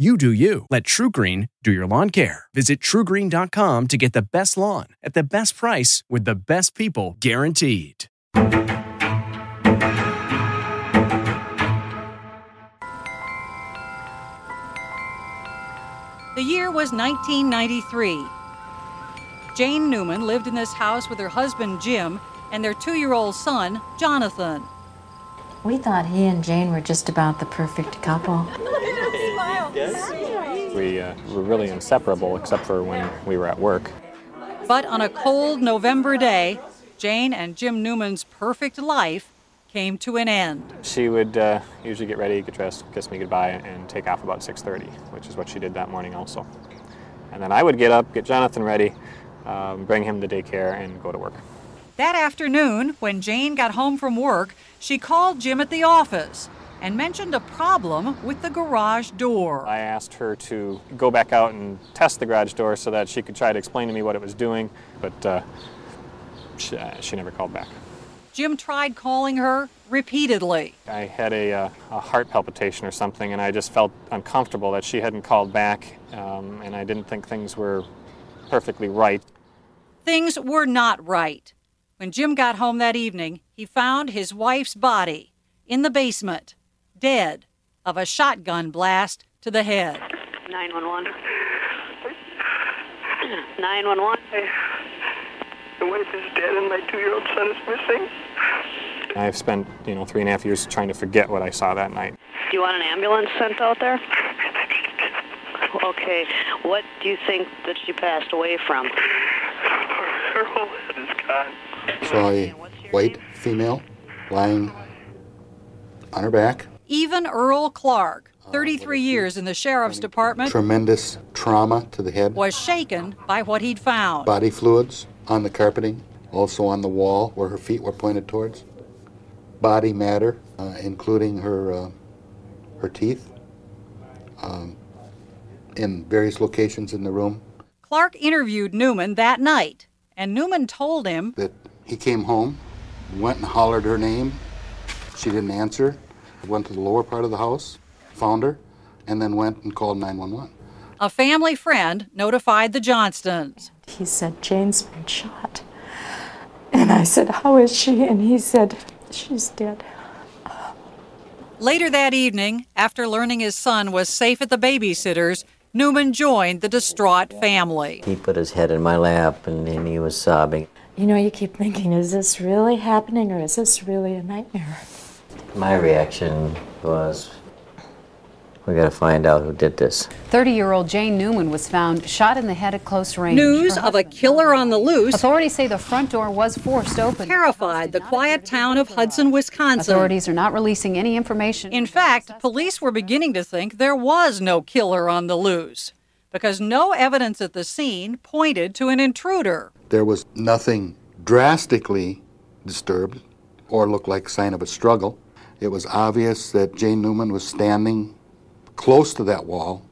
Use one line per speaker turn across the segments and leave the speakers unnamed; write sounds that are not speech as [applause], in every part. You do you. Let True Green do your lawn care. Visit truegreen.com to get the best lawn at the best price with the best people guaranteed.
The year was 1993. Jane Newman lived in this house with her husband Jim and their two year old son, Jonathan.
We thought he and Jane were just about the perfect couple.
We uh, were really inseparable except for when we were at work.
But on a cold November day, Jane and Jim Newman's perfect life came to an end.
She would uh, usually get ready, get dressed, kiss me goodbye, and take off about 6:30, which is what she did that morning also. And then I would get up, get Jonathan ready, um, bring him to daycare, and go to work.
That afternoon, when Jane got home from work, she called Jim at the office and mentioned a problem with the garage door.
I asked her to go back out and test the garage door so that she could try to explain to me what it was doing, but uh, she, uh, she never called back.
Jim tried calling her repeatedly.
I had a, uh, a heart palpitation or something, and I just felt uncomfortable that she hadn't called back, um, and I didn't think things were perfectly right.
Things were not right. When Jim got home that evening, he found his wife's body in the basement, dead of a shotgun blast to the head.
911. 911.
The wife is dead and my two-year-old son is missing.
I've spent, you know, three and a half years trying to forget what I saw that night.
Do you want an ambulance sent out there? Okay. What do you think that she passed away from?
Her whole head is gone.
Troy, white female, lying on her back.
Even Earl Clark, 33 years in the sheriff's department,
Tremendous trauma to the head.
was shaken by what he'd found.
Body fluids on the carpeting, also on the wall where her feet were pointed towards. Body matter, uh, including her uh, her teeth, um, in various locations in the room.
Clark interviewed Newman that night, and Newman told him
That he came home, went and hollered her name. She didn't answer. Went to the lower part of the house, found her, and then went and called 911.
a family friend notified the Johnstons.
He said, Jane's been shot. And I said, How is she? And he said, She's dead.
Later that evening, after learning his son was safe at the babysitter's, Newman joined the distraught family.
He put his head in my lap and, and he was sobbing.
You know, you keep thinking, Is this really happening or is this really a nightmare?
My reaction was, we gotta find out who did this.
30 year old Jane Newman was found shot in the head at close range.
News of a killer on the loose
Authorities say the front door was forced open.
terrified the quiet town of Hudson, Wisconsin.
Authorities are not releasing any information.
In fact, police were beginning to think there was no killer on the loose because no evidence at the scene pointed to an intruder.
There was nothing drastically disturbed, or looked like sign of a struggle. It was obvious that Jane Newman was standing close to that wall.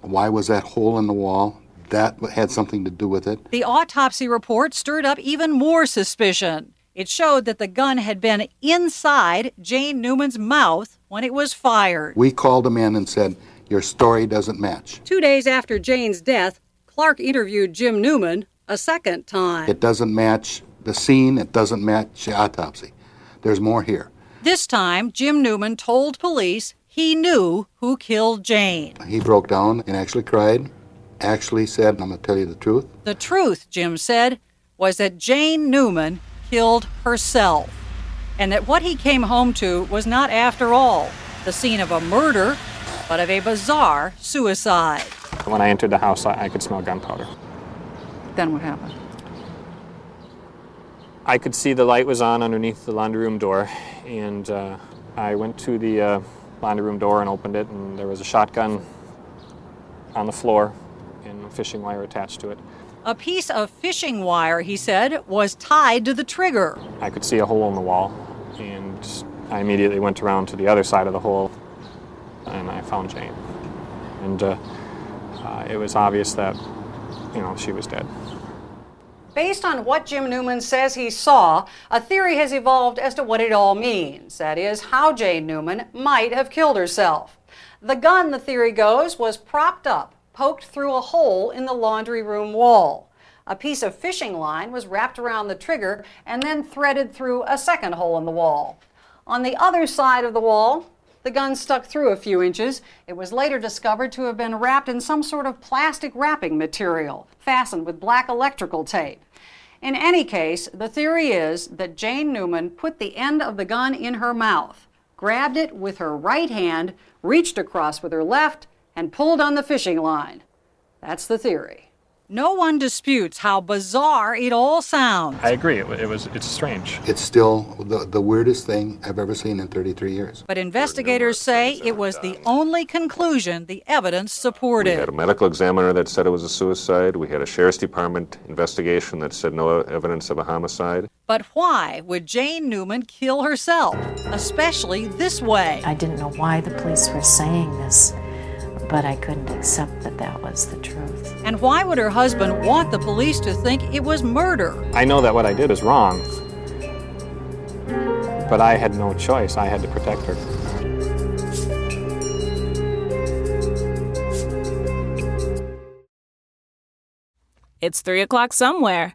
Why was that hole in the wall? That had something to do with it.
The autopsy report stirred up even more suspicion. It showed that the gun had been inside Jane Newman's mouth when it was fired.
We called him in and said, Your story doesn't match.
Two days after Jane's death, Clark interviewed Jim Newman a second time.
It doesn't match the scene, it doesn't match the autopsy. There's more here.
This time, Jim Newman told police he knew who killed Jane.
He broke down and actually cried, actually said, I'm going to tell you the truth.
The truth, Jim said, was that Jane Newman killed herself, and that what he came home to was not, after all, the scene of a murder, but of a bizarre suicide.
When I entered the house, I, I could smell gunpowder.
Then what happened?
I could see the light was on underneath the laundry room door, and uh, I went to the uh, laundry room door and opened it, and there was a shotgun on the floor and a fishing wire attached to it.
A piece of fishing wire, he said, was tied to the trigger.
I could see a hole in the wall, and I immediately went around to the other side of the hole, and I found Jane. And uh, uh, it was obvious that, you know, she was dead.
Based on what Jim Newman says he saw, a theory has evolved as to what it all means. That is, how Jane Newman might have killed herself. The gun, the theory goes, was propped up, poked through a hole in the laundry room wall. A piece of fishing line was wrapped around the trigger and then threaded through a second hole in the wall. On the other side of the wall, the gun stuck through a few inches. It was later discovered to have been wrapped in some sort of plastic wrapping material, fastened with black electrical tape. In any case, the theory is that Jane Newman put the end of the gun in her mouth, grabbed it with her right hand, reached across with her left, and pulled on the fishing line. That's the theory. No one disputes how bizarre it all sounds.
I agree. It, wa- it was. It's strange.
It's still the, the weirdest thing I've ever seen in 33 years.
But investigators say it was the only conclusion the evidence
We
supported.
had a medical examiner that said it was a suicide. We had a sheriff's department investigation that said no evidence of a homicide.
But why would Jane Newman kill herself, especially this way?
I didn't know why the police were saying this, but I couldn't accept that that was the truth.
And why would her husband want the police to think it was murder?
I know that what I did is wrong, but I had no choice. I had to protect her.
It's 3 o'clock somewhere.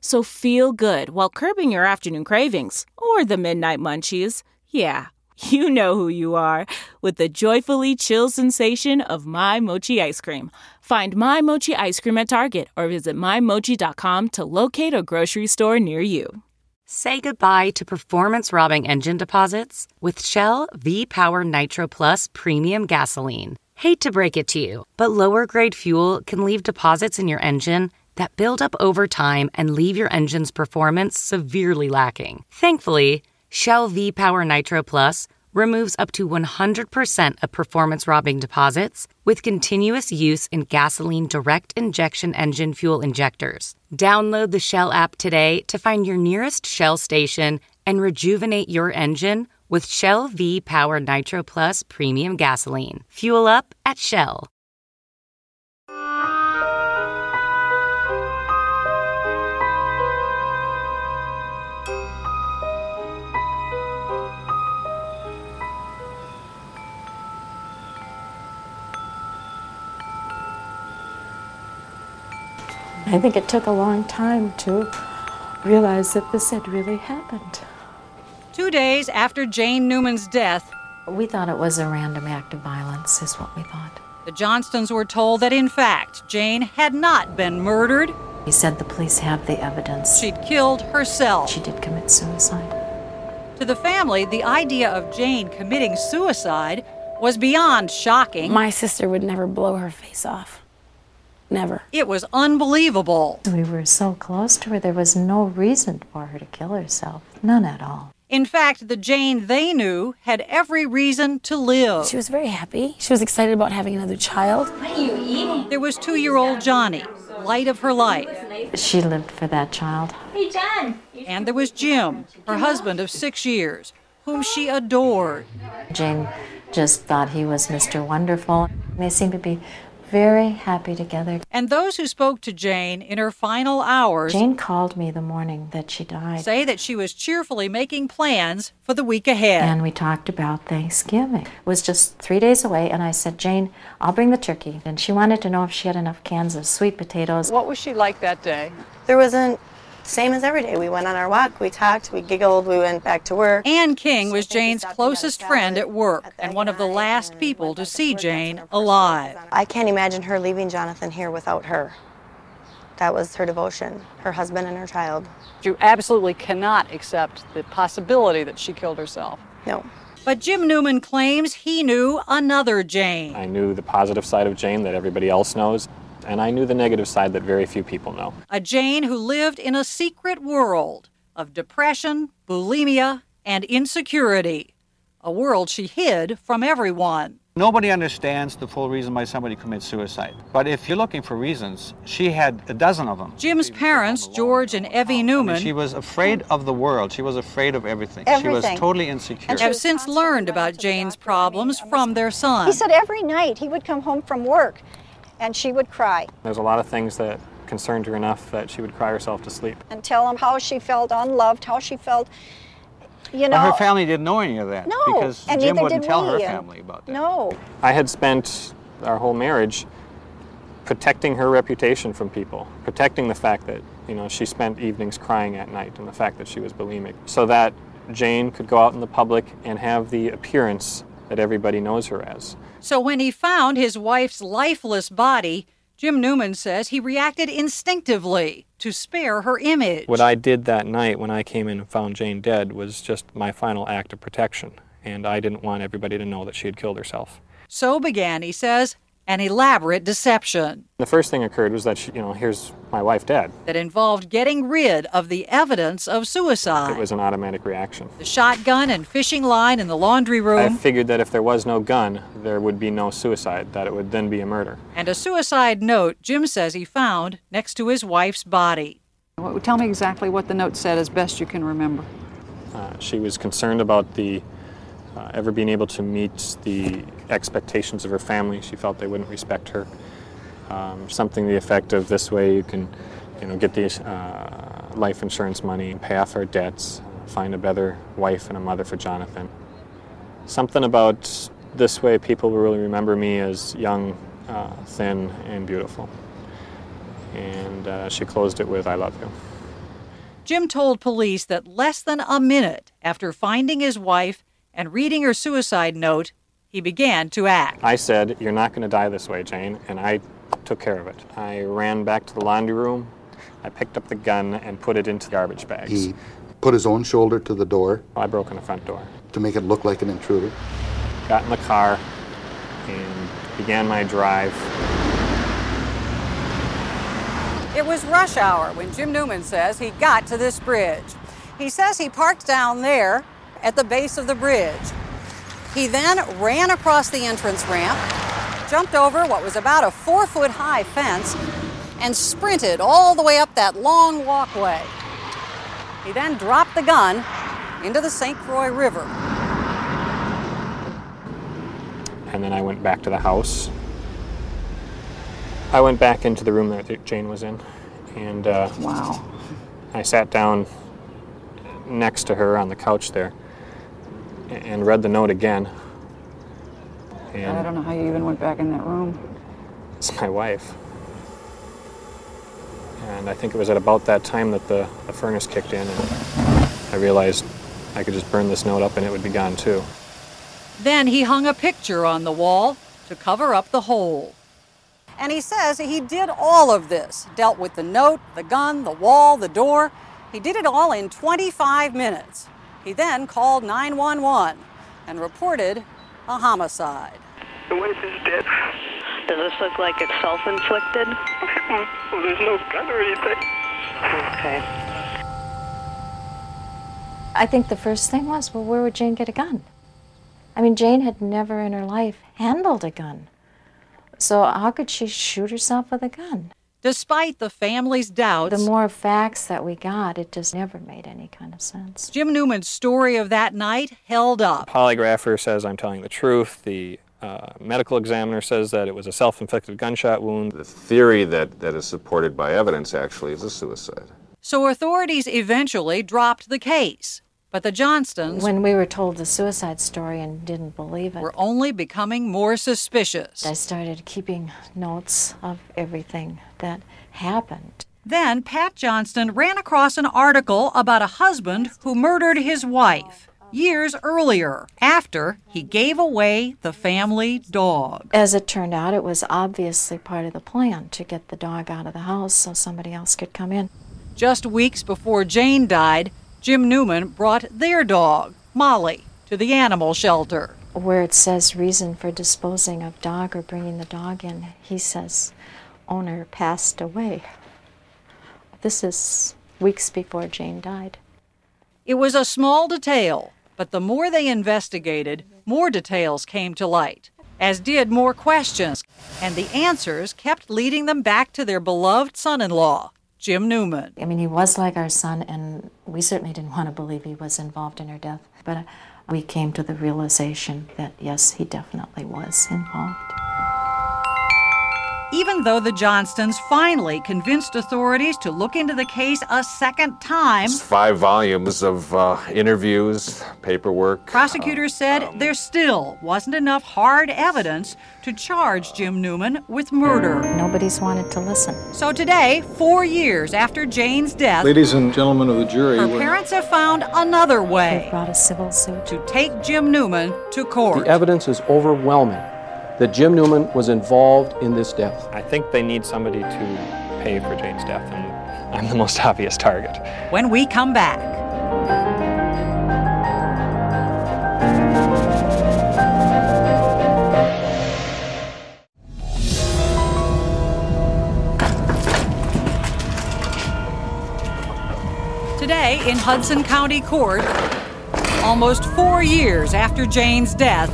So feel good while curbing your afternoon cravings or the midnight munchies. Yeah, [laughs] you know who you are with the joyfully chill sensation of My Mochi ice cream. Find My Mochi ice cream at Target or visit MyMochi.com to locate a grocery store near you.
Say goodbye to performance robbing engine deposits with Shell V Power Nitro Plus Premium Gasoline. Hate to break it to you, but lower grade fuel can leave deposits in your engine that build up over time and leave your engine's performance severely lacking. Thankfully, Shell V Power Nitro Plus removes up to 100% of performance robbing deposits with continuous use in gasoline direct injection engine fuel injectors. Download the Shell app today to find your nearest Shell station and rejuvenate your engine with Shell V Power Nitro Plus premium gasoline. Fuel up at Shell.
I think it took a long time to realize that this had really happened.
Two days after Jane Newman's death,
We thought it was a random act of violence, is what we thought.
the Johnstons were told that in fact Jane had not been murdered.
He said the police have the evidence.
She'd killed herself.
She did commit suicide.
To the family, the idea of Jane committing suicide was beyond shocking.
My sister would never blow her face off. Never.
It was unbelievable.
We were so close to her, there was no reason for her to kill herself. None at all.
In fact, the Jane they knew had every reason to live.
She was very happy. She was excited about having another child.
What are you eating? There was two year old Johnny, light of her life.
She lived for that child.
Hey, John. And there was Jim, her husband of six years, whom she adored.
Jane just thought he was Mr. Wonderful. They seemed to be very happy together.
And those who spoke to Jane in her final hours
Jane called me the morning that she died.
say that she was cheerfully making plans for the week ahead.
And we talked about Thanksgiving. It was just three days away, and I said, Jane, I'll bring the turkey. And she wanted to know if she had enough cans of sweet potatoes.
was she like that day?
There wasn't same as every day. We went on our walk, we talked, we giggled, we went back to work.
Ann King was Jane's closest friend at work and one of the last people to see Jane alive.
I can't imagine her leaving Jonathan here without her. That was her devotion, her husband and her child.
You absolutely cannot accept the possibility that she killed herself.
No.
But Jim Newman claims he knew another Jane.
I knew the positive side of Jane that everybody else knows, and I knew the negative side that very few people know.
a Jane who lived in a secret world of depression, bulimia, and insecurity, a world she hid from everyone.
Nobody understands the full reason why somebody commits suicide. But if you're looking for reasons, she had a dozen of them.
Jim's parents, George and Evie Newman,
She was afraid of the world. She was afraid of everything. She
Everything.
was totally insecure.
have since learned about Jane's problems from their son.
He said every night he would come home from work and she would cry
There's a lot of things that concerned her enough that she would cry herself to sleep.
and tell him how she felt unloved, how she felt, you know.
But her family didn't know any of that
No,
because
and
Jim
neither
wouldn't
did
tell her
we.
family about that.
No.
I had spent our whole marriage protecting her reputation from people, protecting the fact that, you know, she spent evenings crying at night and the fact that she was bulimic, so that Jane could go out in the public and have the appearance that everybody knows her as.
So when he found his wife's lifeless body, Jim Newman says he reacted instinctively to spare her image.
What I did that night when I came in and found Jane dead was just my final act of protection, and I didn't want everybody to know that she had killed herself.
So began, he says, an elaborate deception
The first thing occurred was that, she, you know, here's my wife dead.
that involved getting rid of the evidence of suicide.
It was an automatic reaction.
the shotgun and fishing line in the laundry
I
room,
figured that if there was no gun, there would be no suicide, that it would then be a murder.
and a suicide note Jim says he found next to his wife's body.
Well, Tell me exactly what the note said as best you can remember.
Uh, she was concerned about the uh, ever being able to meet the expectations of her family. She felt they wouldn't respect her. Um, something to the effect of this way you can, you know, get the uh, life insurance money, pay off our debts, find a better wife and a mother for Jonathan. Something about this way people will really remember me as young, uh, thin, and beautiful. And uh, she closed it with "I love you."
Jim told police that less than a minute after finding his wife and reading her suicide note, he began to act.
I said, You're not going to die this way, Jane, and I took care of it. I ran back to the laundry room, I picked up the gun, and put it into garbage bags.
He put his own shoulder to the door
I broke in the front door,
to make it look like an intruder.
got in the car, and began my drive.
It was rush hour when Jim Newman says he got to this bridge. He says he parked down there at the base of the bridge. He then ran across the entrance ramp, jumped over what was about a four foot high fence, and sprinted all the way up that long walkway. He then dropped the gun into the St. Croix River.
and then I went back to the house. I went back into the room that Jane was in, and uh, wow, I sat down next to her on the couch there a- and read the note again. And
I don't know how you even went back in that room.
It's my wife. And I think it was at about that time that the, the furnace kicked in, and I realized I could just burn this note up and it would be gone too.
Then he hung a picture on the wall to cover up the hole. And he says he did all of this dealt with the note, the gun, the wall, the door. He did it all in 25 minutes. He then called 911 and reported a homicide.
The wife is dead.
Does this look like it's self-inflicted?
Well, there's no gun or anything.
Okay.
I think the first thing was, well, where would Jane get a gun? I mean, Jane had never in her life handled a gun. So how could she shoot herself with a gun?
Despite the family's doubts,
The more facts that we got, it just never made any kind of sense.
Jim Newman's story of that night held up.
Polygrapher says I'm telling the truth. The uh, medical examiner says that it was a self inflicted gunshot wound.
The theory that, that is supported by evidence actually is a suicide.
So authorities eventually dropped the case. But the Johnstons
When we were told the suicide story and didn't believe it,
were only becoming more suspicious.
I started keeping notes of everything that happened.
Then Pat Johnston ran across an article about a husband who murdered his wife years earlier after he gave away the family dog.
As it turned out, it was obviously part of the plan to get the dog out of the house so somebody else could come in.
Just weeks before Jane died, Jim Newman brought their dog, Molly, to the animal shelter.
Where it says reason for disposing of dog or bringing the dog in, he says owner passed away. This is weeks before Jane died.
It was a small detail, but the more they investigated, more details came to light, as did more questions, and the answers kept leading them back to their beloved son in law, Jim Newman.
I mean, he was like our son, and we certainly didn't want to believe he was involved in her death. But we came to the realization that yes, he definitely was involved.
Even though the Johnstons finally convinced authorities to look into the case a second time,
It's five volumes of uh, interviews, paperwork.
prosecutors said there still wasn't enough hard evidence to charge Jim Newman with murder.
Nobody's wanted to listen.
So today, four years after Jane's death,
Ladies and gentlemen of the jury,
her parents have found another way
Brought a civil suit.
to take Jim Newman to court.
The evidence is overwhelming that Jim Newman was involved in this death.
I think they need somebody to pay for Jane's death, and I'm the most [laughs] obvious target.
when we come back. Today in Hudson County Court, almost four years after Jane's death,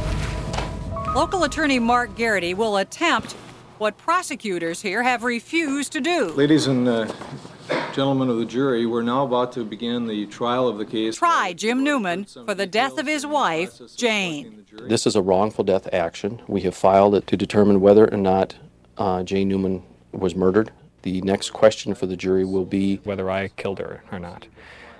local attorney Mark Garrity will attempt what prosecutors here have refused to do.
ladies and uh, gentlemen of the jury, we're now about to begin the trial of the case.
try Jim Newman for the death of his wife, Jane.
This is a wrongful death action. We have filed it to determine whether or not uh, Jane Newman was murdered. The next question for the jury will be
whether I killed her or not,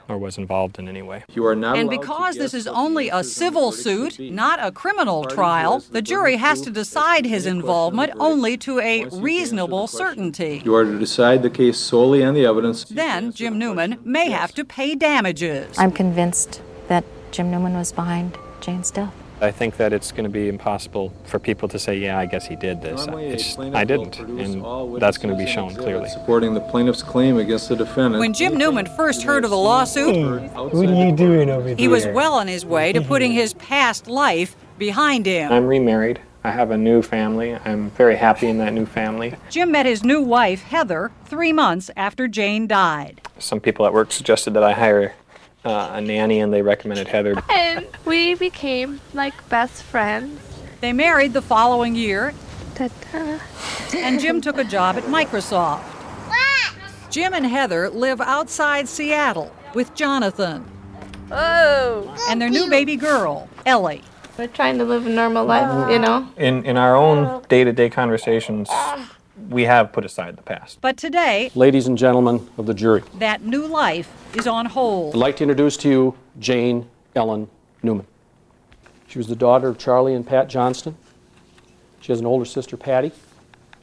or was involved in any way.
You are not
And
allowed
because this is only a civil suit, not a criminal trial, the jury has to decide his involvement only to a reasonable certainty.
You are to decide the case solely on the evidence.
Then Jim Newman may have to pay damages.
I'm convinced that Jim Newman was behind Jane's death.
I think that it's going to be impossible for people to say, yeah, I guess he did this.
Normally, a
It's just,
plaintiff
I
will
didn't.
produce all
And that's going to be
witnesses
shown
and
clearly.
Supporting the plaintiff's claim against the defendant.
When Jim Newman first heard of the lawsuit,
What are you doing over
he was well on his way to putting his past life behind him.
I'm remarried. I have a new family. I'm very happy in that new family.
Jim met his new wife, Heather, three months after Jane died.
Some people at work suggested that I hire uh, a nanny, and they recommended Heather.
and we became like best friends.
They married the following year,
Ta-ta.
and Jim took a job at Microsoft. Jim and Heather live outside Seattle with Jonathan
Oh.
and their new baby girl, Ellie.
We're trying to live a normal life, you know?
In in our own day-to-day conversations, we have put aside the past.
But today,
Ladies and gentlemen of the jury,
that new life is on
I'd
hold.
like to introduce to you Jane Ellen Newman. She was the daughter of Charlie and Pat Johnston. She has an older sister, Patty,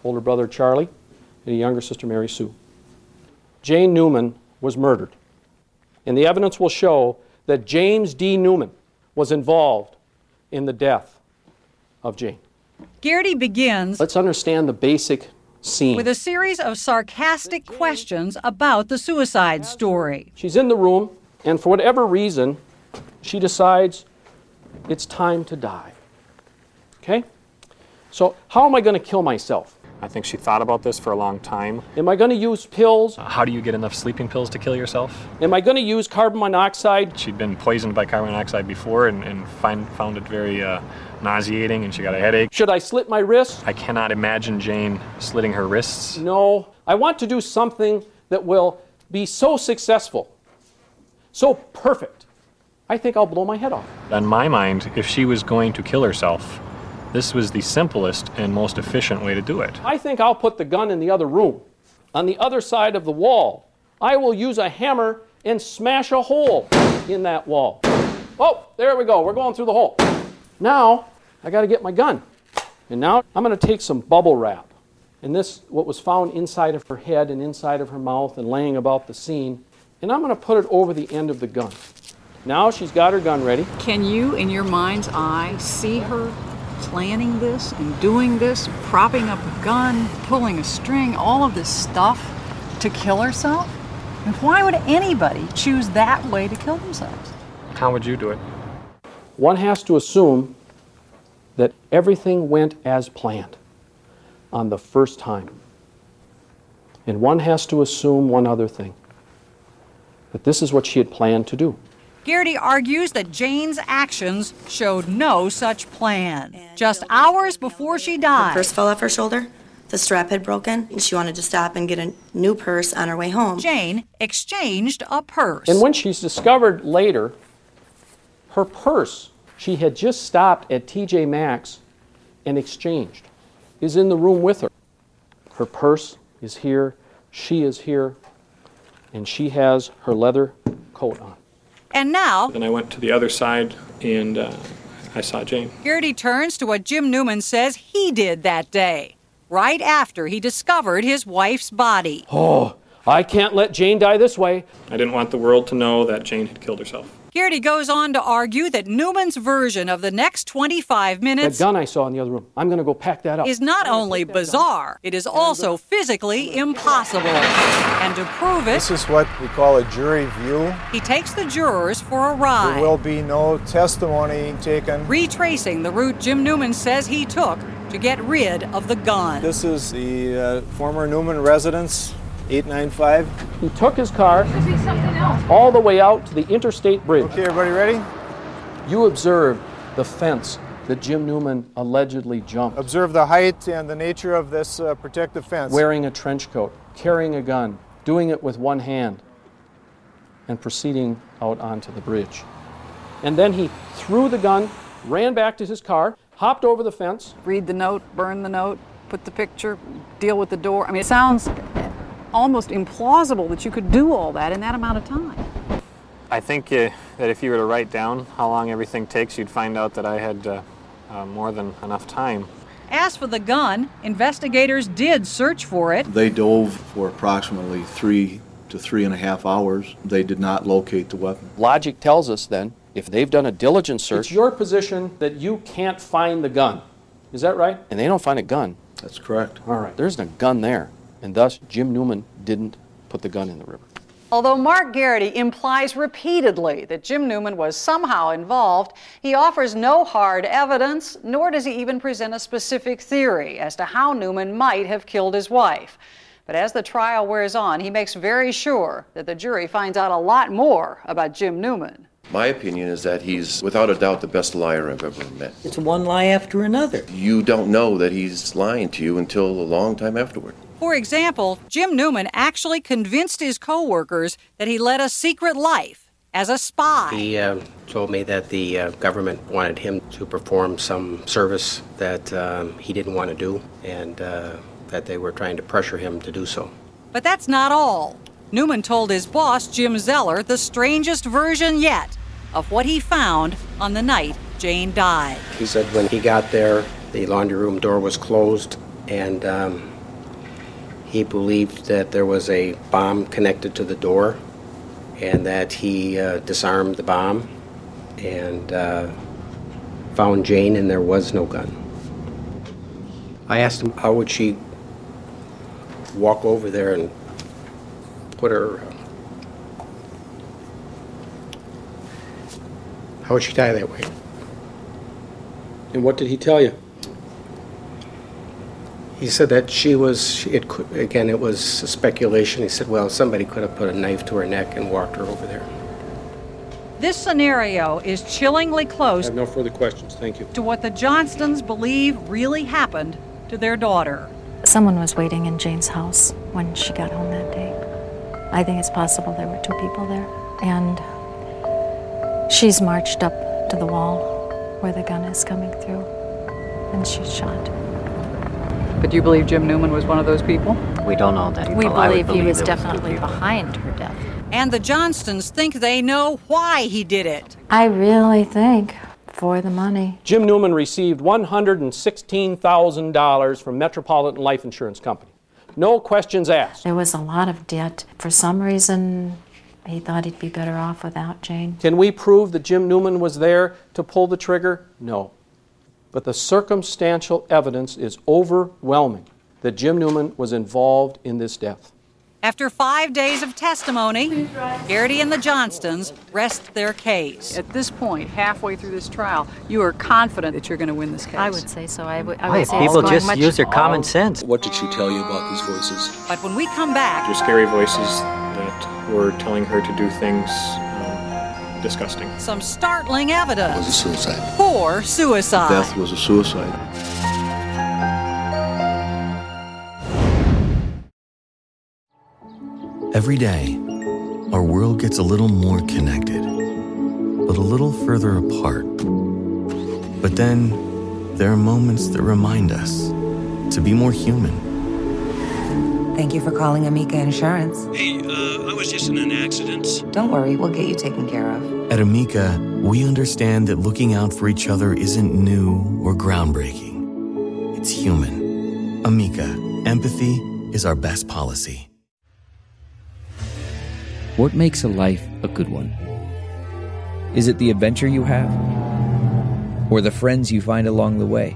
older brother, Charlie, and a younger sister, Mary Sue. Jane Newman was murdered, and the evidence will show that James D. Newman was involved in the death of Jane.
Garrity begins
Let's understand the basic scene.
with a series of sarcastic questions about the suicide story.
She's in the room, and for whatever reason, She decides it's time to die. Okay? So, how am I going to kill myself?
I think she thought about this for a long time.
Am I going to use pills?
Uh, How do you get enough sleeping pills to kill yourself?
Am I going to use carbon monoxide?
She'd been poisoned by carbon monoxide before and, and find, found it very uh, nauseating, and she got a headache.
Should I slit my wrists?
I cannot imagine Jane slitting her wrists.
No. Oh, I want to do something that will be so successful, so perfect. I think I'll blow my head off.
On my mind, if she was going to kill herself, this was the simplest and most efficient way to do it.
I think I'll put the gun in the other room, on the other side of the wall. I will use a hammer and smash a hole in that wall. Oh, there we go. We're going through the hole. Now, I got to get my gun. And now I'm going to take some bubble wrap. And this, what was found inside of her head and inside of her mouth and laying about the scene, and I'm going to put it over the end of the gun. Now she's got her gun ready.
Can you, in your mind's eye, see her planning this and doing this, propping up a gun, pulling a string, all of this stuff to kill herself? And why would anybody choose that way to kill themselves?
How would you do it?
One has to assume that everything went as planned on the first time. And one has to assume one other thing that this is what she had planned to do.
Garrity argues that Jane's actions showed no such plan. Just hours before she died,
Her purse fell off her shoulder. The strap had broken, and she wanted to stop and get a new purse on her way home.
Jane exchanged a purse.
And when she's discovered later, her purse she had just stopped at TJ Maxx and exchanged is in the room with her. Her purse is here, she is here, and she has her leather coat on.
And now,
Then I went to the other side and uh, I saw Jane.
Garrity turns to what Jim Newman says he did that day, right after he discovered his wife's body.
Oh, I can't let Jane die this way.
I didn't want the world to know that Jane had killed herself.
Garrity goes on to argue that Newman's version of the next 25
That
minutes
gun I saw in the other room, I'm going to go pack that up.
is not only bizarre, it is also physically impossible. And to prove it,
This is what we call a jury view.
he takes the jurors for a
There
ride,
will be no testimony taken.
retracing the route Jim Newman says he took to get rid of the gun.
This is the uh, former Newman residence, 895.
He took his car all the way out to the interstate bridge.
Okay, everybody ready?
You observed the fence that Jim Newman allegedly jumped,
Observe the height and the nature of this uh, protective fence.
wearing a trench coat, carrying a gun, doing it with one hand, and proceeding out onto the bridge. And then he threw the gun, ran back to his car, hopped over the fence.
Read the note, burn the note, put the picture, deal with the door. I mean, it sounds almost implausible that you could do all that in that amount of time.
I think uh, that if you were to write down how long everything takes, you'd find out that I had uh, uh, more than enough time.
As for the gun, investigators did search for it,
They dove for approximately three to three and a half hours. They did not locate the weapon.
Logic tells us then, if they've done a diligent search. It's your position that you can't find the gun. Is that right? And they don't find a gun.
That's correct.
All right. There's no gun there. And thus, Jim Newman didn't put the gun in the river.
Although Mark Garrity implies repeatedly that Jim Newman was somehow involved, he offers no hard evidence, nor does he even present a specific theory as to how Newman might have killed his wife. But as the trial wears on, he makes very sure that the jury finds out a lot more about Jim Newman.
My opinion is that he's, without a doubt, the best liar I've ever met.
It's one lie after another.
You don't know that he's lying to you until a long time afterward.
For example, Jim Newman actually convinced his coworkers that he led a secret life as a spy.
He uh, told me that the uh, government wanted him to perform some service that um, he didn't want to do and uh, that they were trying to pressure him to do so.
But that's not all. Newman told his boss, Jim Zeller, the strangest version yet of what he found on the night Jane died.
He said when he got there, the laundry room door was closed and um, he believed that there was a bomb connected to the door and that he uh, disarmed the bomb and uh, found Jane and there was no gun. I asked him how would she walk over there and uh, put her How would she die that way?
And what did he tell you?
He said that she was, it could, again, it was speculation. He said, well, somebody could have put a knife to her neck and walked her over there.
This scenario is chillingly
I
close
have no further questions. Thank you.
to what the Johnstons believe really happened to their daughter.
Someone was waiting in Jane's house when she got home that day. I think it's possible there were two people there. And she's marched up to the wall where the gun is coming through and she's shot.
But do you believe Jim Newman was one of those people?
We don't know that.
We believe he was definitely behind her death.
And the Johnstons think they know why he did it.
I really think for the money.
Jim Newman received $116,000 from Metropolitan Life Insurance Company. No questions asked.
There was a lot of debt. For some reason, he thought he'd be better off without Jane.
Can we prove that Jim Newman was there to pull the trigger? No. But the circumstantial evidence is overwhelming that Jim Newman was involved in this death.
After five days of testimony, Garrity and the Johnstons rest their case.
At this point, halfway through this trial, you are confident that you're going to win this case. I would
say so. I would,
Why, if people just use their common sense. What did she tell you about these voices?
But when we come back,
Just scary voices that were telling her to do things um, disgusting.
some startling evidence
was a suicide.
for suicide.
Death was a suicide.
Every day, our world gets a little more connected, but a little further apart. But then, there are moments that remind us to be more human.
Thank you for calling Amica Insurance.
Hey, uh, I was just in an accident.
Don't worry, we'll get you taken care of.
At Amica, we understand that looking out for each other isn't new or groundbreaking, it's human. Amica, empathy is our best policy.
What makes a life a good one? Is it the adventure you have? Or the friends you find along the way?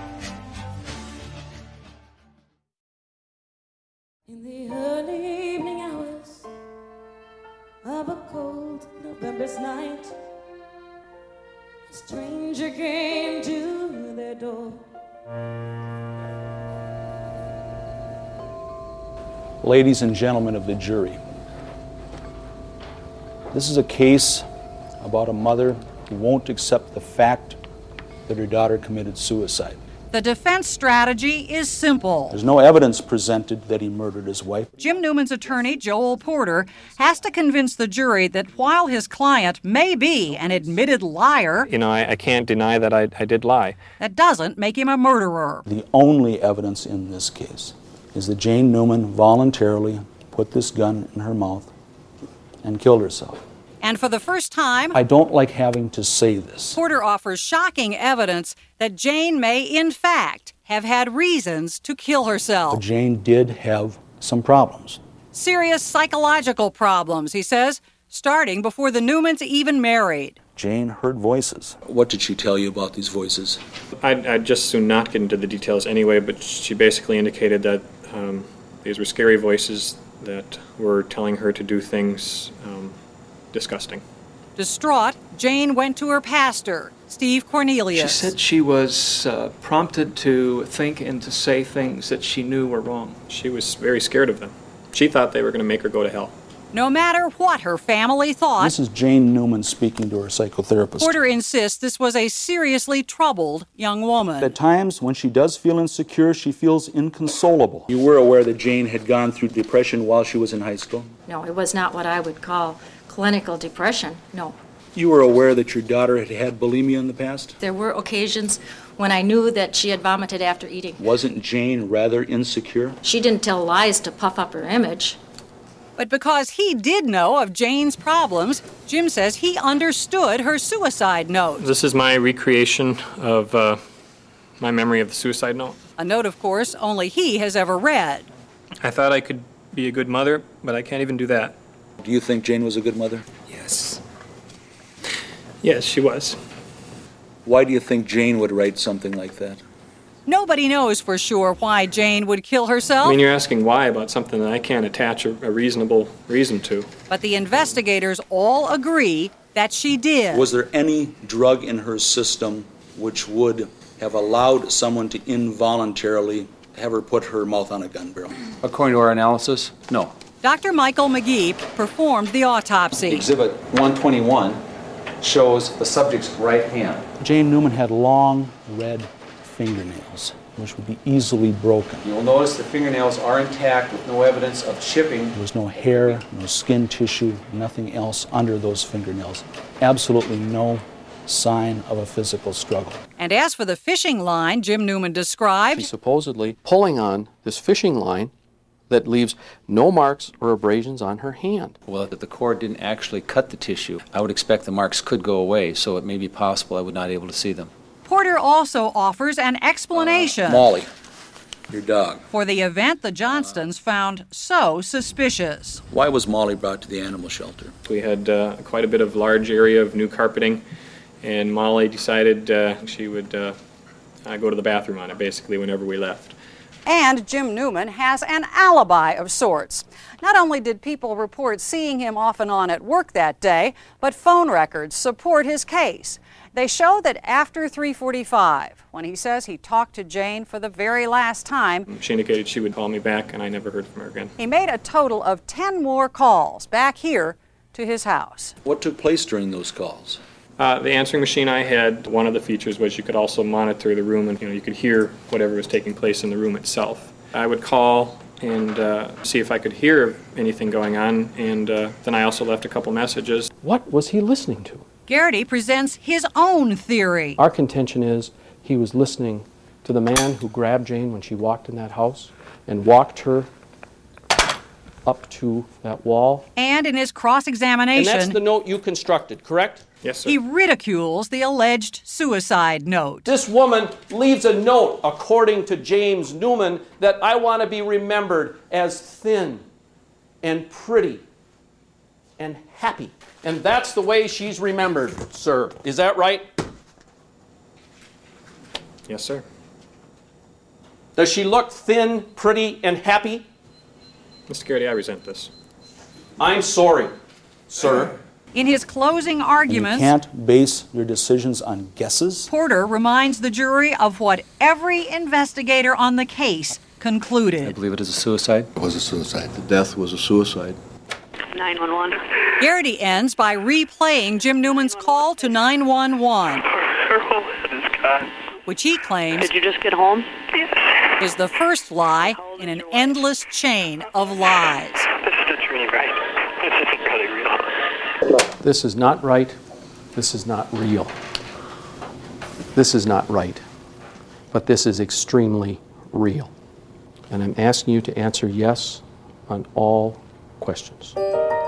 In the early evening hours of a cold November's night, a stranger came to their door.
Ladies and gentlemen of the jury, this is a case about a mother who won't accept the fact that her daughter committed suicide.
the defense strategy is simple.
There's no evidence presented that he murdered his wife.
Jim Newman's attorney, Joel Porter, has to convince the jury that while his client may be an admitted liar,
You know, I, I can't deny that I, I did lie.
that doesn't make him a murderer.
The only evidence in this case is that Jane Newman voluntarily put this gun in her mouth and killed herself.
And for the first time,
I don't like having to say this.
Porter offers shocking evidence that Jane may, in fact, have had reasons to kill herself.
But Jane did have some problems.
Serious psychological problems, he says, starting before the Newmans even married.
Jane heard voices.
What did she tell you about these voices? I'd, I'd just soon not get into the details anyway, but she basically indicated that um, these were scary voices that were telling her to do things um, disgusting.
Distraught, Jane went to her pastor, Steve
She
Cornelius.
said she was uh, prompted to think and to say things that she knew were wrong.
She was very scared of them. She thought they were going to make her go to hell.
no matter what her family thought,
This is Jane Newman speaking to her psychotherapist.
Porter insists this was a seriously troubled young woman.
At times, when she does feel insecure, she feels inconsolable. You were aware that Jane had gone through depression while she was in high school?
No, it was not what I would call clinical depression. No.
You were aware that your daughter had had bulimia in the past?
There were occasions when I knew that she had vomited after eating.
Wasn't Jane rather insecure?
She didn't tell lies to puff up her image.
But because he did know of Jane's problems, Jim says he understood her suicide note.
This is my recreation of uh, my memory of the suicide note.
A note, of course, only he has ever read.
I thought I could be a good mother, but I can't even do that.
Do you think Jane was a good mother?
Yes. Yes, she was.
Why do you think Jane would write something like that?
Nobody knows for sure why Jane would kill herself.
I mean, you're asking why about something that I can't attach a, a reasonable reason to.
But the investigators all agree that she did.
Was there any drug in her system which would have allowed someone to involuntarily have her put her mouth on a gun barrel?
According to our analysis, no.
Dr. Michael McGee performed the autopsy.
Exhibit 121 shows the subject's right hand.
Jane Newman had long red fingernails, which would be easily broken.
You'll notice the fingernails are intact with no evidence of chipping.
There was no hair, no skin tissue, nothing else under those fingernails. Absolutely no sign of a physical struggle.
And as for the fishing line Jim Newman
She's
described,
supposedly pulling on this fishing line that leaves no marks or abrasions on her hand.
Well, that the cord didn't actually cut the tissue, I would expect the marks could go away, so it may be possible I would not able to see them.
Porter also offers an explanation
Molly, your dog.
for the event the Johnstons found so suspicious.
Why was Molly brought to the animal shelter?
We had uh, quite a bit of large area of new carpeting, and Molly decided uh, she would uh, uh, go to the bathroom on it basically whenever we left.
And Jim Newman has an alibi of sorts. Not only did people report seeing him off and on at work that day, but phone records support his case. They show that after 3:45, when he says he talked to Jane for the very last time,
She indicated she would call me back, and I never heard from her again.
he made a total of 10 more calls back here to his house.
What took place during those calls?
Uh, the answering machine I had, one of the features was you could also monitor the room, and you know you could hear whatever was taking place in the room itself. I would call and uh, see if I could hear anything going on, and uh, then I also left a couple messages.
What was he listening to?
Garrity presents his own theory.
Our contention is he was listening to the man who grabbed Jane when she walked in that house and walked her up to that wall.
And in his
And
cross-examination,
that's the note you constructed, correct?
Yes,
he ridicules the alleged suicide note.
This woman leaves a note, according to James Newman, that I want to be remembered as thin and pretty and happy. And that's the way she's remembered, sir. Is that right?
Yes, sir.
Does she look thin, pretty, and happy?
Mr. Garrity, I resent this.
I'm sorry, sir.
In his closing
And you
arguments,
can't base your decisions on guesses.
Porter reminds the jury of what every investigator on the case concluded.
believe it is a suicide. It
was a suicide. The death was a suicide.
911. Garrity ends by replaying Jim Newman's call to 911, which he claims Did you just get home? is the first lie in an endless chain of lies.
[laughs]
This is not right. This is not real. This is not right. But this is extremely real. And I'm asking you to answer yes on all questions.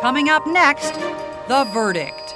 Coming up next, the verdict.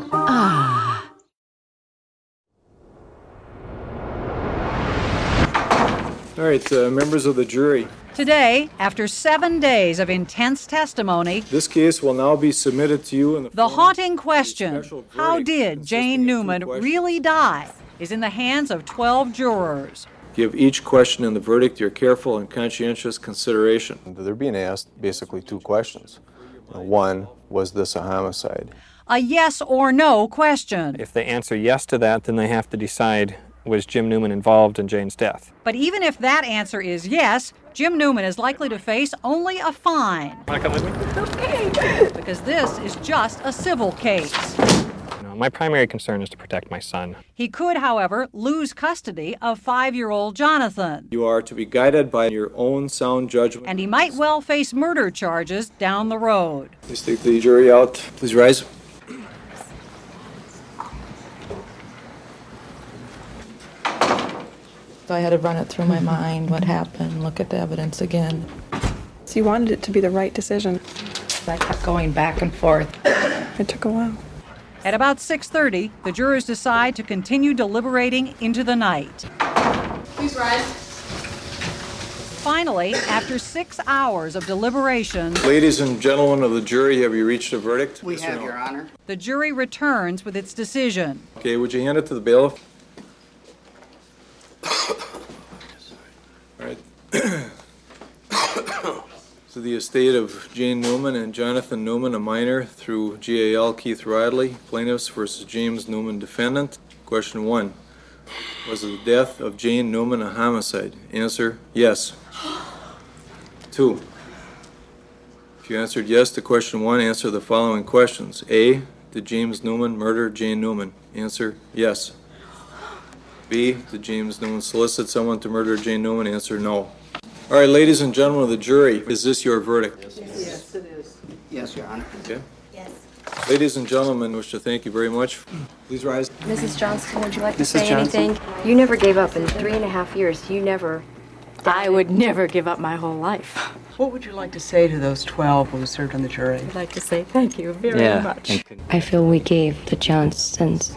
Ah.
All right, uh, members of the jury,
Today, after seven days of intense testimony,
this case will now be submitted to you in the
The haunting question, how did Jane Newman really die, is in the hands of 12 jurors.
Give each question in the verdict your careful and conscientious consideration.
They're being asked basically two questions. One, was this a homicide?
A yes or no question.
If they answer yes to that, then they have to decide was Jim Newman involved in Jane's death?
But even if that answer is yes, Jim Newman is likely to face only a fine.
Want to come with me?
Because this is just a civil case.
No, my primary concern is to protect my son.
He could, however, lose custody of five year old Jonathan,
You are to be guided by your own sound judgment.
and he might well face murder charges down the road.
Please take the jury out. Please rise.
So I had to run it through my mind, what happened, look at the evidence again. So you wanted it to be the right decision. I kept going back and forth. It took a while.
At about 6:30, the jurors decide to continue deliberating into the night.
Please rise.
Finally, after 6 hours of deliberation,
Ladies and gentlemen of the jury, have you reached a verdict?
We
Yes or
have,
no?
Your Honor. the jury returns with its decision.
Okay, would you hand it to the bailiff? All right. [coughs] So the estate of Jane Newman and Jonathan Newman, a minor, through GAL Keith Riley, plaintiffs versus James Newman, defendant. Question one, was the death of Jane Newman a homicide? Answer, yes. Two, if you answered yes to question one, answer the following questions. A, did James Newman murder Jane Newman? Answer, yes. B, did James Newman solicit someone to murder Jane Newman? Answer, no. All right, ladies and gentlemen of the jury, is this your verdict?
Yes, it is. Yes, Your Honor.
Okay? Yes. Ladies and gentlemen, wish to thank you very much. Please rise.
Mrs. Johnston, would you like to
Mrs.
say
Johnston?
anything? You never gave up in three and a half years. You never.
I would never give up my whole life. What would you like to say to those 12 who served on the jury? I'd like to say thank you very
Yeah,
much.
I feel we gave the Johnstons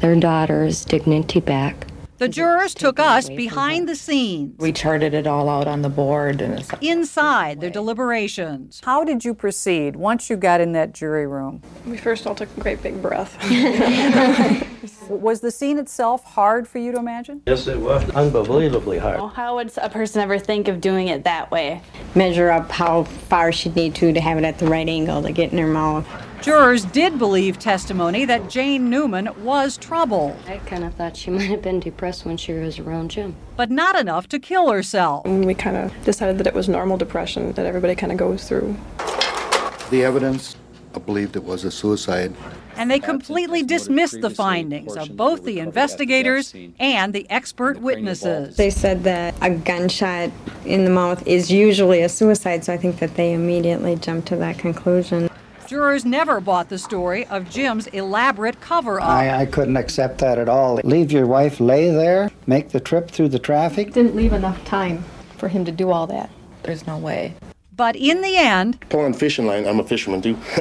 their daughter's dignity back.
The jurors took us behind the scenes.
We charted it all out on the board and it's
Inside their deliberations. How did you proceed once you got in that jury room?
We first all took a great big breath.
[laughs]
[laughs]
Was the scene itself hard for you to imagine?
Yes, it was unbelievably hard.
How would a person ever think of doing it that way?
measure up how far she'd need to to have it at the right angle to get in her mouth.
Jurors did believe testimony that Jane Newman was troubled,
I kind of thought she [laughs] might have been depressed when she was around Jim.
but not enough to kill herself.
And we kind of decided that it was normal depression that everybody kind of goes through.
The evidence believed it was a suicide.
And they completely dismissed the findings of both the investigators and the expert witnesses.
They said that a gunshot in the mouth is usually a suicide, so I think that they immediately jumped to that conclusion.
Jurors never bought the story of Jim's elaborate cover up.
I, I couldn't accept that at all. Leave your wife lay there, make the trip through the traffic.
Didn't leave enough time for him to do all that. There's no way.
But in the end,
Pulling fishing line, I'm a fisherman too. [laughs]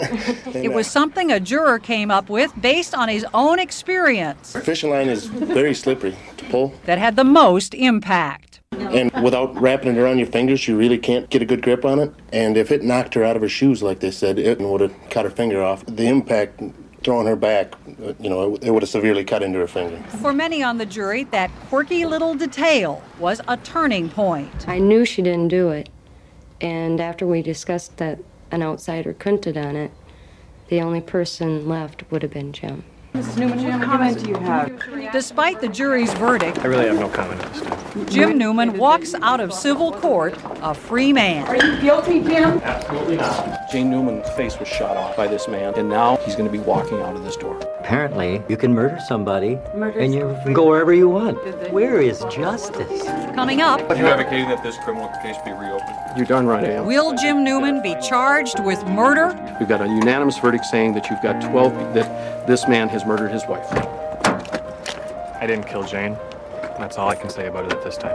it was something a juror came up with based on his own experience
fishing line is very slippery to pull,
that had the most impact.
and without wrapping it around your fingers, you really can't get a good grip on it. And if it knocked her out of her shoes, like they said, it would have cut her finger off. The impact throwing her back, uh, you know, it would have severely cut into her finger.
For many on the jury, that quirky little detail was a turning point.
I knew she didn't do it. And after we discussed that an outsider couldn't have done it, the only person left would have been Jim.
Mrs. Newman, what comment do you have? Despite the jury's verdict,
I really have no comment on this.
Jim Newman walks out of civil court a free man. Are you guilty, Jim?
Absolutely not. Jane Newman's face was shot off by this man, and now he's going to be walking out of this door.
Apparently, you can murder somebody
Murder
and you can go wherever you want. Where is justice?
Coming up,
you advocating that this criminal case be reopened? You're darn right I am.
will Jim Newman be charged with murder?
We've got a unanimous verdict saying that you've got 12, pe- that this man has murdered his wife.
I didn't kill Jane. That's all I can say about it at this time.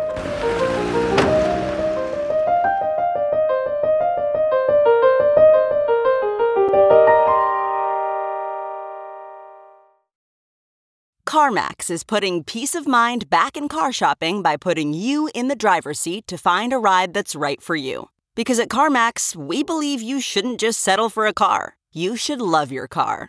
CarMax is putting peace of mind back in car shopping by putting you in the driver's seat to find a ride that's right for you. Because at CarMax, we believe you shouldn't just settle for a car, you should love your car.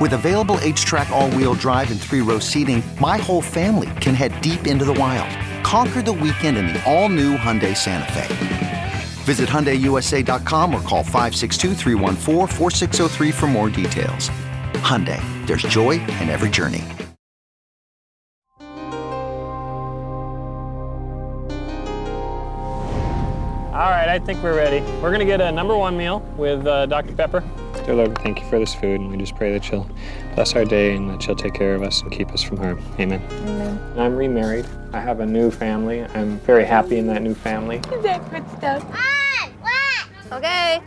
With available H track, all wheel drive, and three row seating, my whole family can head deep into the wild. Conquer the weekend in the all new Hyundai Santa Fe. Visit HyundaiUSA.com or call 562-314-4603 for more details. Hyundai, there's joy in every journey.
All right, I think we're ready. We're gonna get a number one meal with uh, Dr. Pepper. Dear Lord, we thank you for this food, and we just pray that you'll bless our day and that you'll take care of us and keep us from harm. Amen.
Amen.
I'm remarried. I have a new family. I'm very happy in that new family.
that good stuff?
Okay.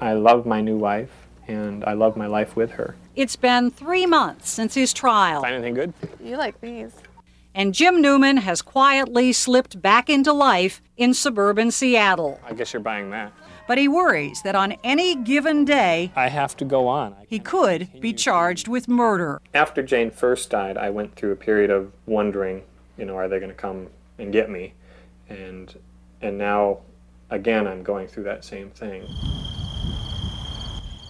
I love my new wife, and I love my life with her.
It's been three months since his trial.
Find anything good?
You like these.
And Jim Newman has quietly slipped back into life in suburban Seattle.
I guess you're buying that.
But he worries that on any given day,
I have to go on.
he could be charged with murder.
After Jane first died, I went through a period of wondering, you know, are they going to come and get me? And and now again I'm going through that same thing.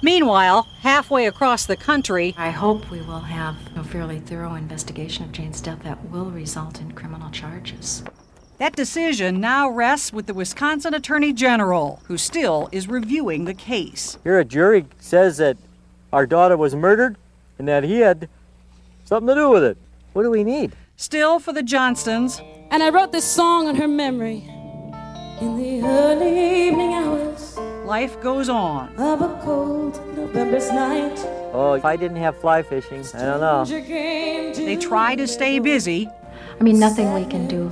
Meanwhile, halfway across the country,
I hope we will have a fairly thorough investigation of Jane's death that will result in criminal charges.
that decision now rests with the Wisconsin Attorney General, who still is reviewing the case.
Here, a jury says that our daughter was murdered and that he had something to do with it. What do we need?
Still for the Johnstons,
And I wrote this song in her memory. In the early evening hours
life goes on.
of a cold November's night,
Oh, if I didn't have fly fishing, I don't know.
you came to
They try to stay busy.
I mean, nothing we can do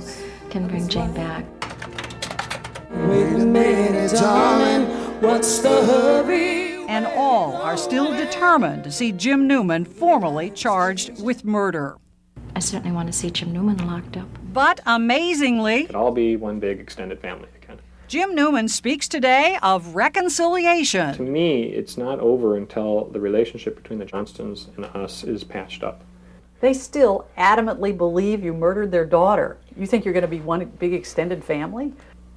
can bring Jane back.
Wait a minute, darling, what's the hurry?
And all are still determined to see Jim Newman formally charged with murder.
I certainly want to see Jim Newman locked up.
But amazingly,
Could all be one big extended family.
Jim Newman speaks today of reconciliation.
To me, it's not over until the relationship between the Johnstons and us is patched up.
They still adamantly believe you murdered their daughter. You think you're going to be one big extended family?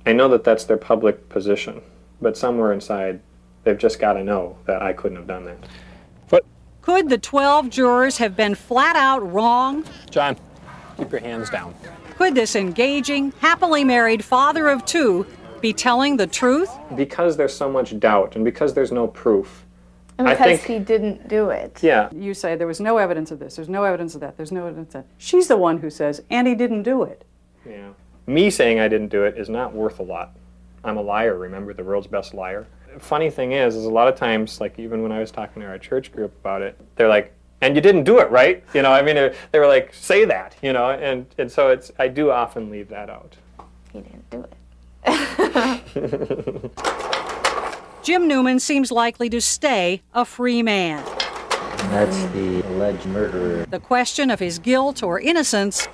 I know that that's their public position, but somewhere inside, they've just got to know that I couldn't have done that.
Could the 12 jurors have been flat out wrong?
John, keep your hands down.
Could this engaging, happily married father of two be telling the truth?
Because there's so much doubt and because there's no proof, I think,
he didn't do it.
yeah,
You say there was no evidence of this, there's no evidence of that, there's no evidence of that. She's the one who says, and he didn't do it.
yeah, me saying I didn't do it is not worth a lot. I'm a liar, remember, the world's best liar. Funny thing is, is a lot of times, like even when I was talking to our church group about it, they're like, and you didn't do it, right? You know, I mean, they- they were like, say that, you know, and, and so it's, I do often leave that out.
He didn't do it.
Jim Newman seems likely to stay a free man.
That's the alleged murderer.
The question of his guilt or innocence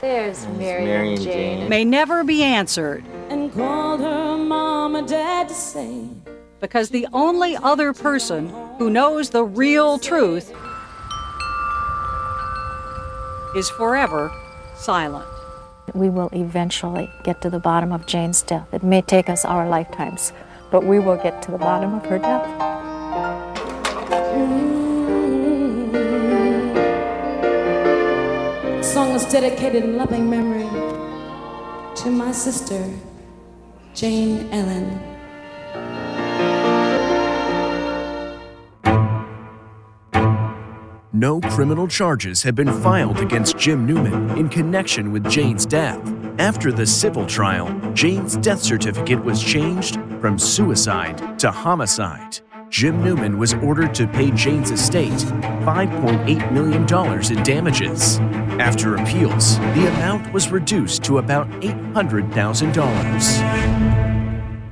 There's Mary,
Mary and Jane.
may never be answered
And called her mom and dad to say,
because the only other person who knows the real truth is forever silent.
We will eventually get to the bottom of Jane's death. It may take us our lifetimes, but we will get to the bottom of her death.
This song is dedicated in loving memory to my sister, Jane Ellen.
No criminal charges have been filed against Jim Newman in connection with Jane's death. After the civil trial, Jane's death certificate was changed from suicide to homicide. Jim Newman was ordered to pay Jane's estate $5.8 million in damages. After appeals, the amount was reduced to about $800,000.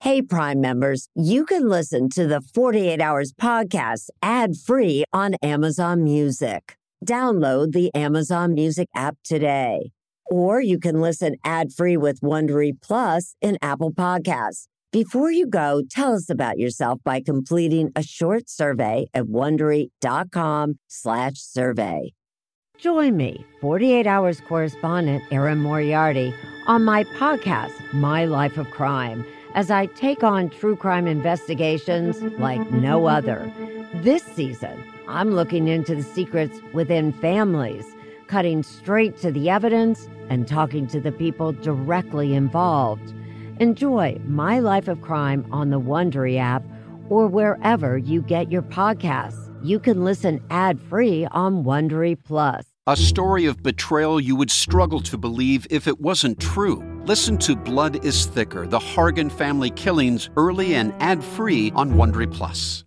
Hey, Prime members, you can listen to the 48 Hours podcast ad free on Amazon Music. Download the Amazon Music app today. Or you can listen ad free with Wondery Plus in Apple Podcasts. Before you go, tell us about yourself by completing a short survey at wondery.com/slash survey.
Join me, 48 Hours correspondent Erin Moriarty, on my podcast, My Life of Crime, as I take on true crime investigations like no other. This season, I'm looking into the secrets within families, cutting straight to the evidence and talking to the people directly involved. Enjoy My Life of Crime on the Wondery app or wherever you get your podcasts. You can listen ad-free on Wondery Plus.
A story of betrayal you would struggle to believe if it wasn't true. Listen to Blood is Thicker The Hargan Family Killings early and ad free on Wondery Plus.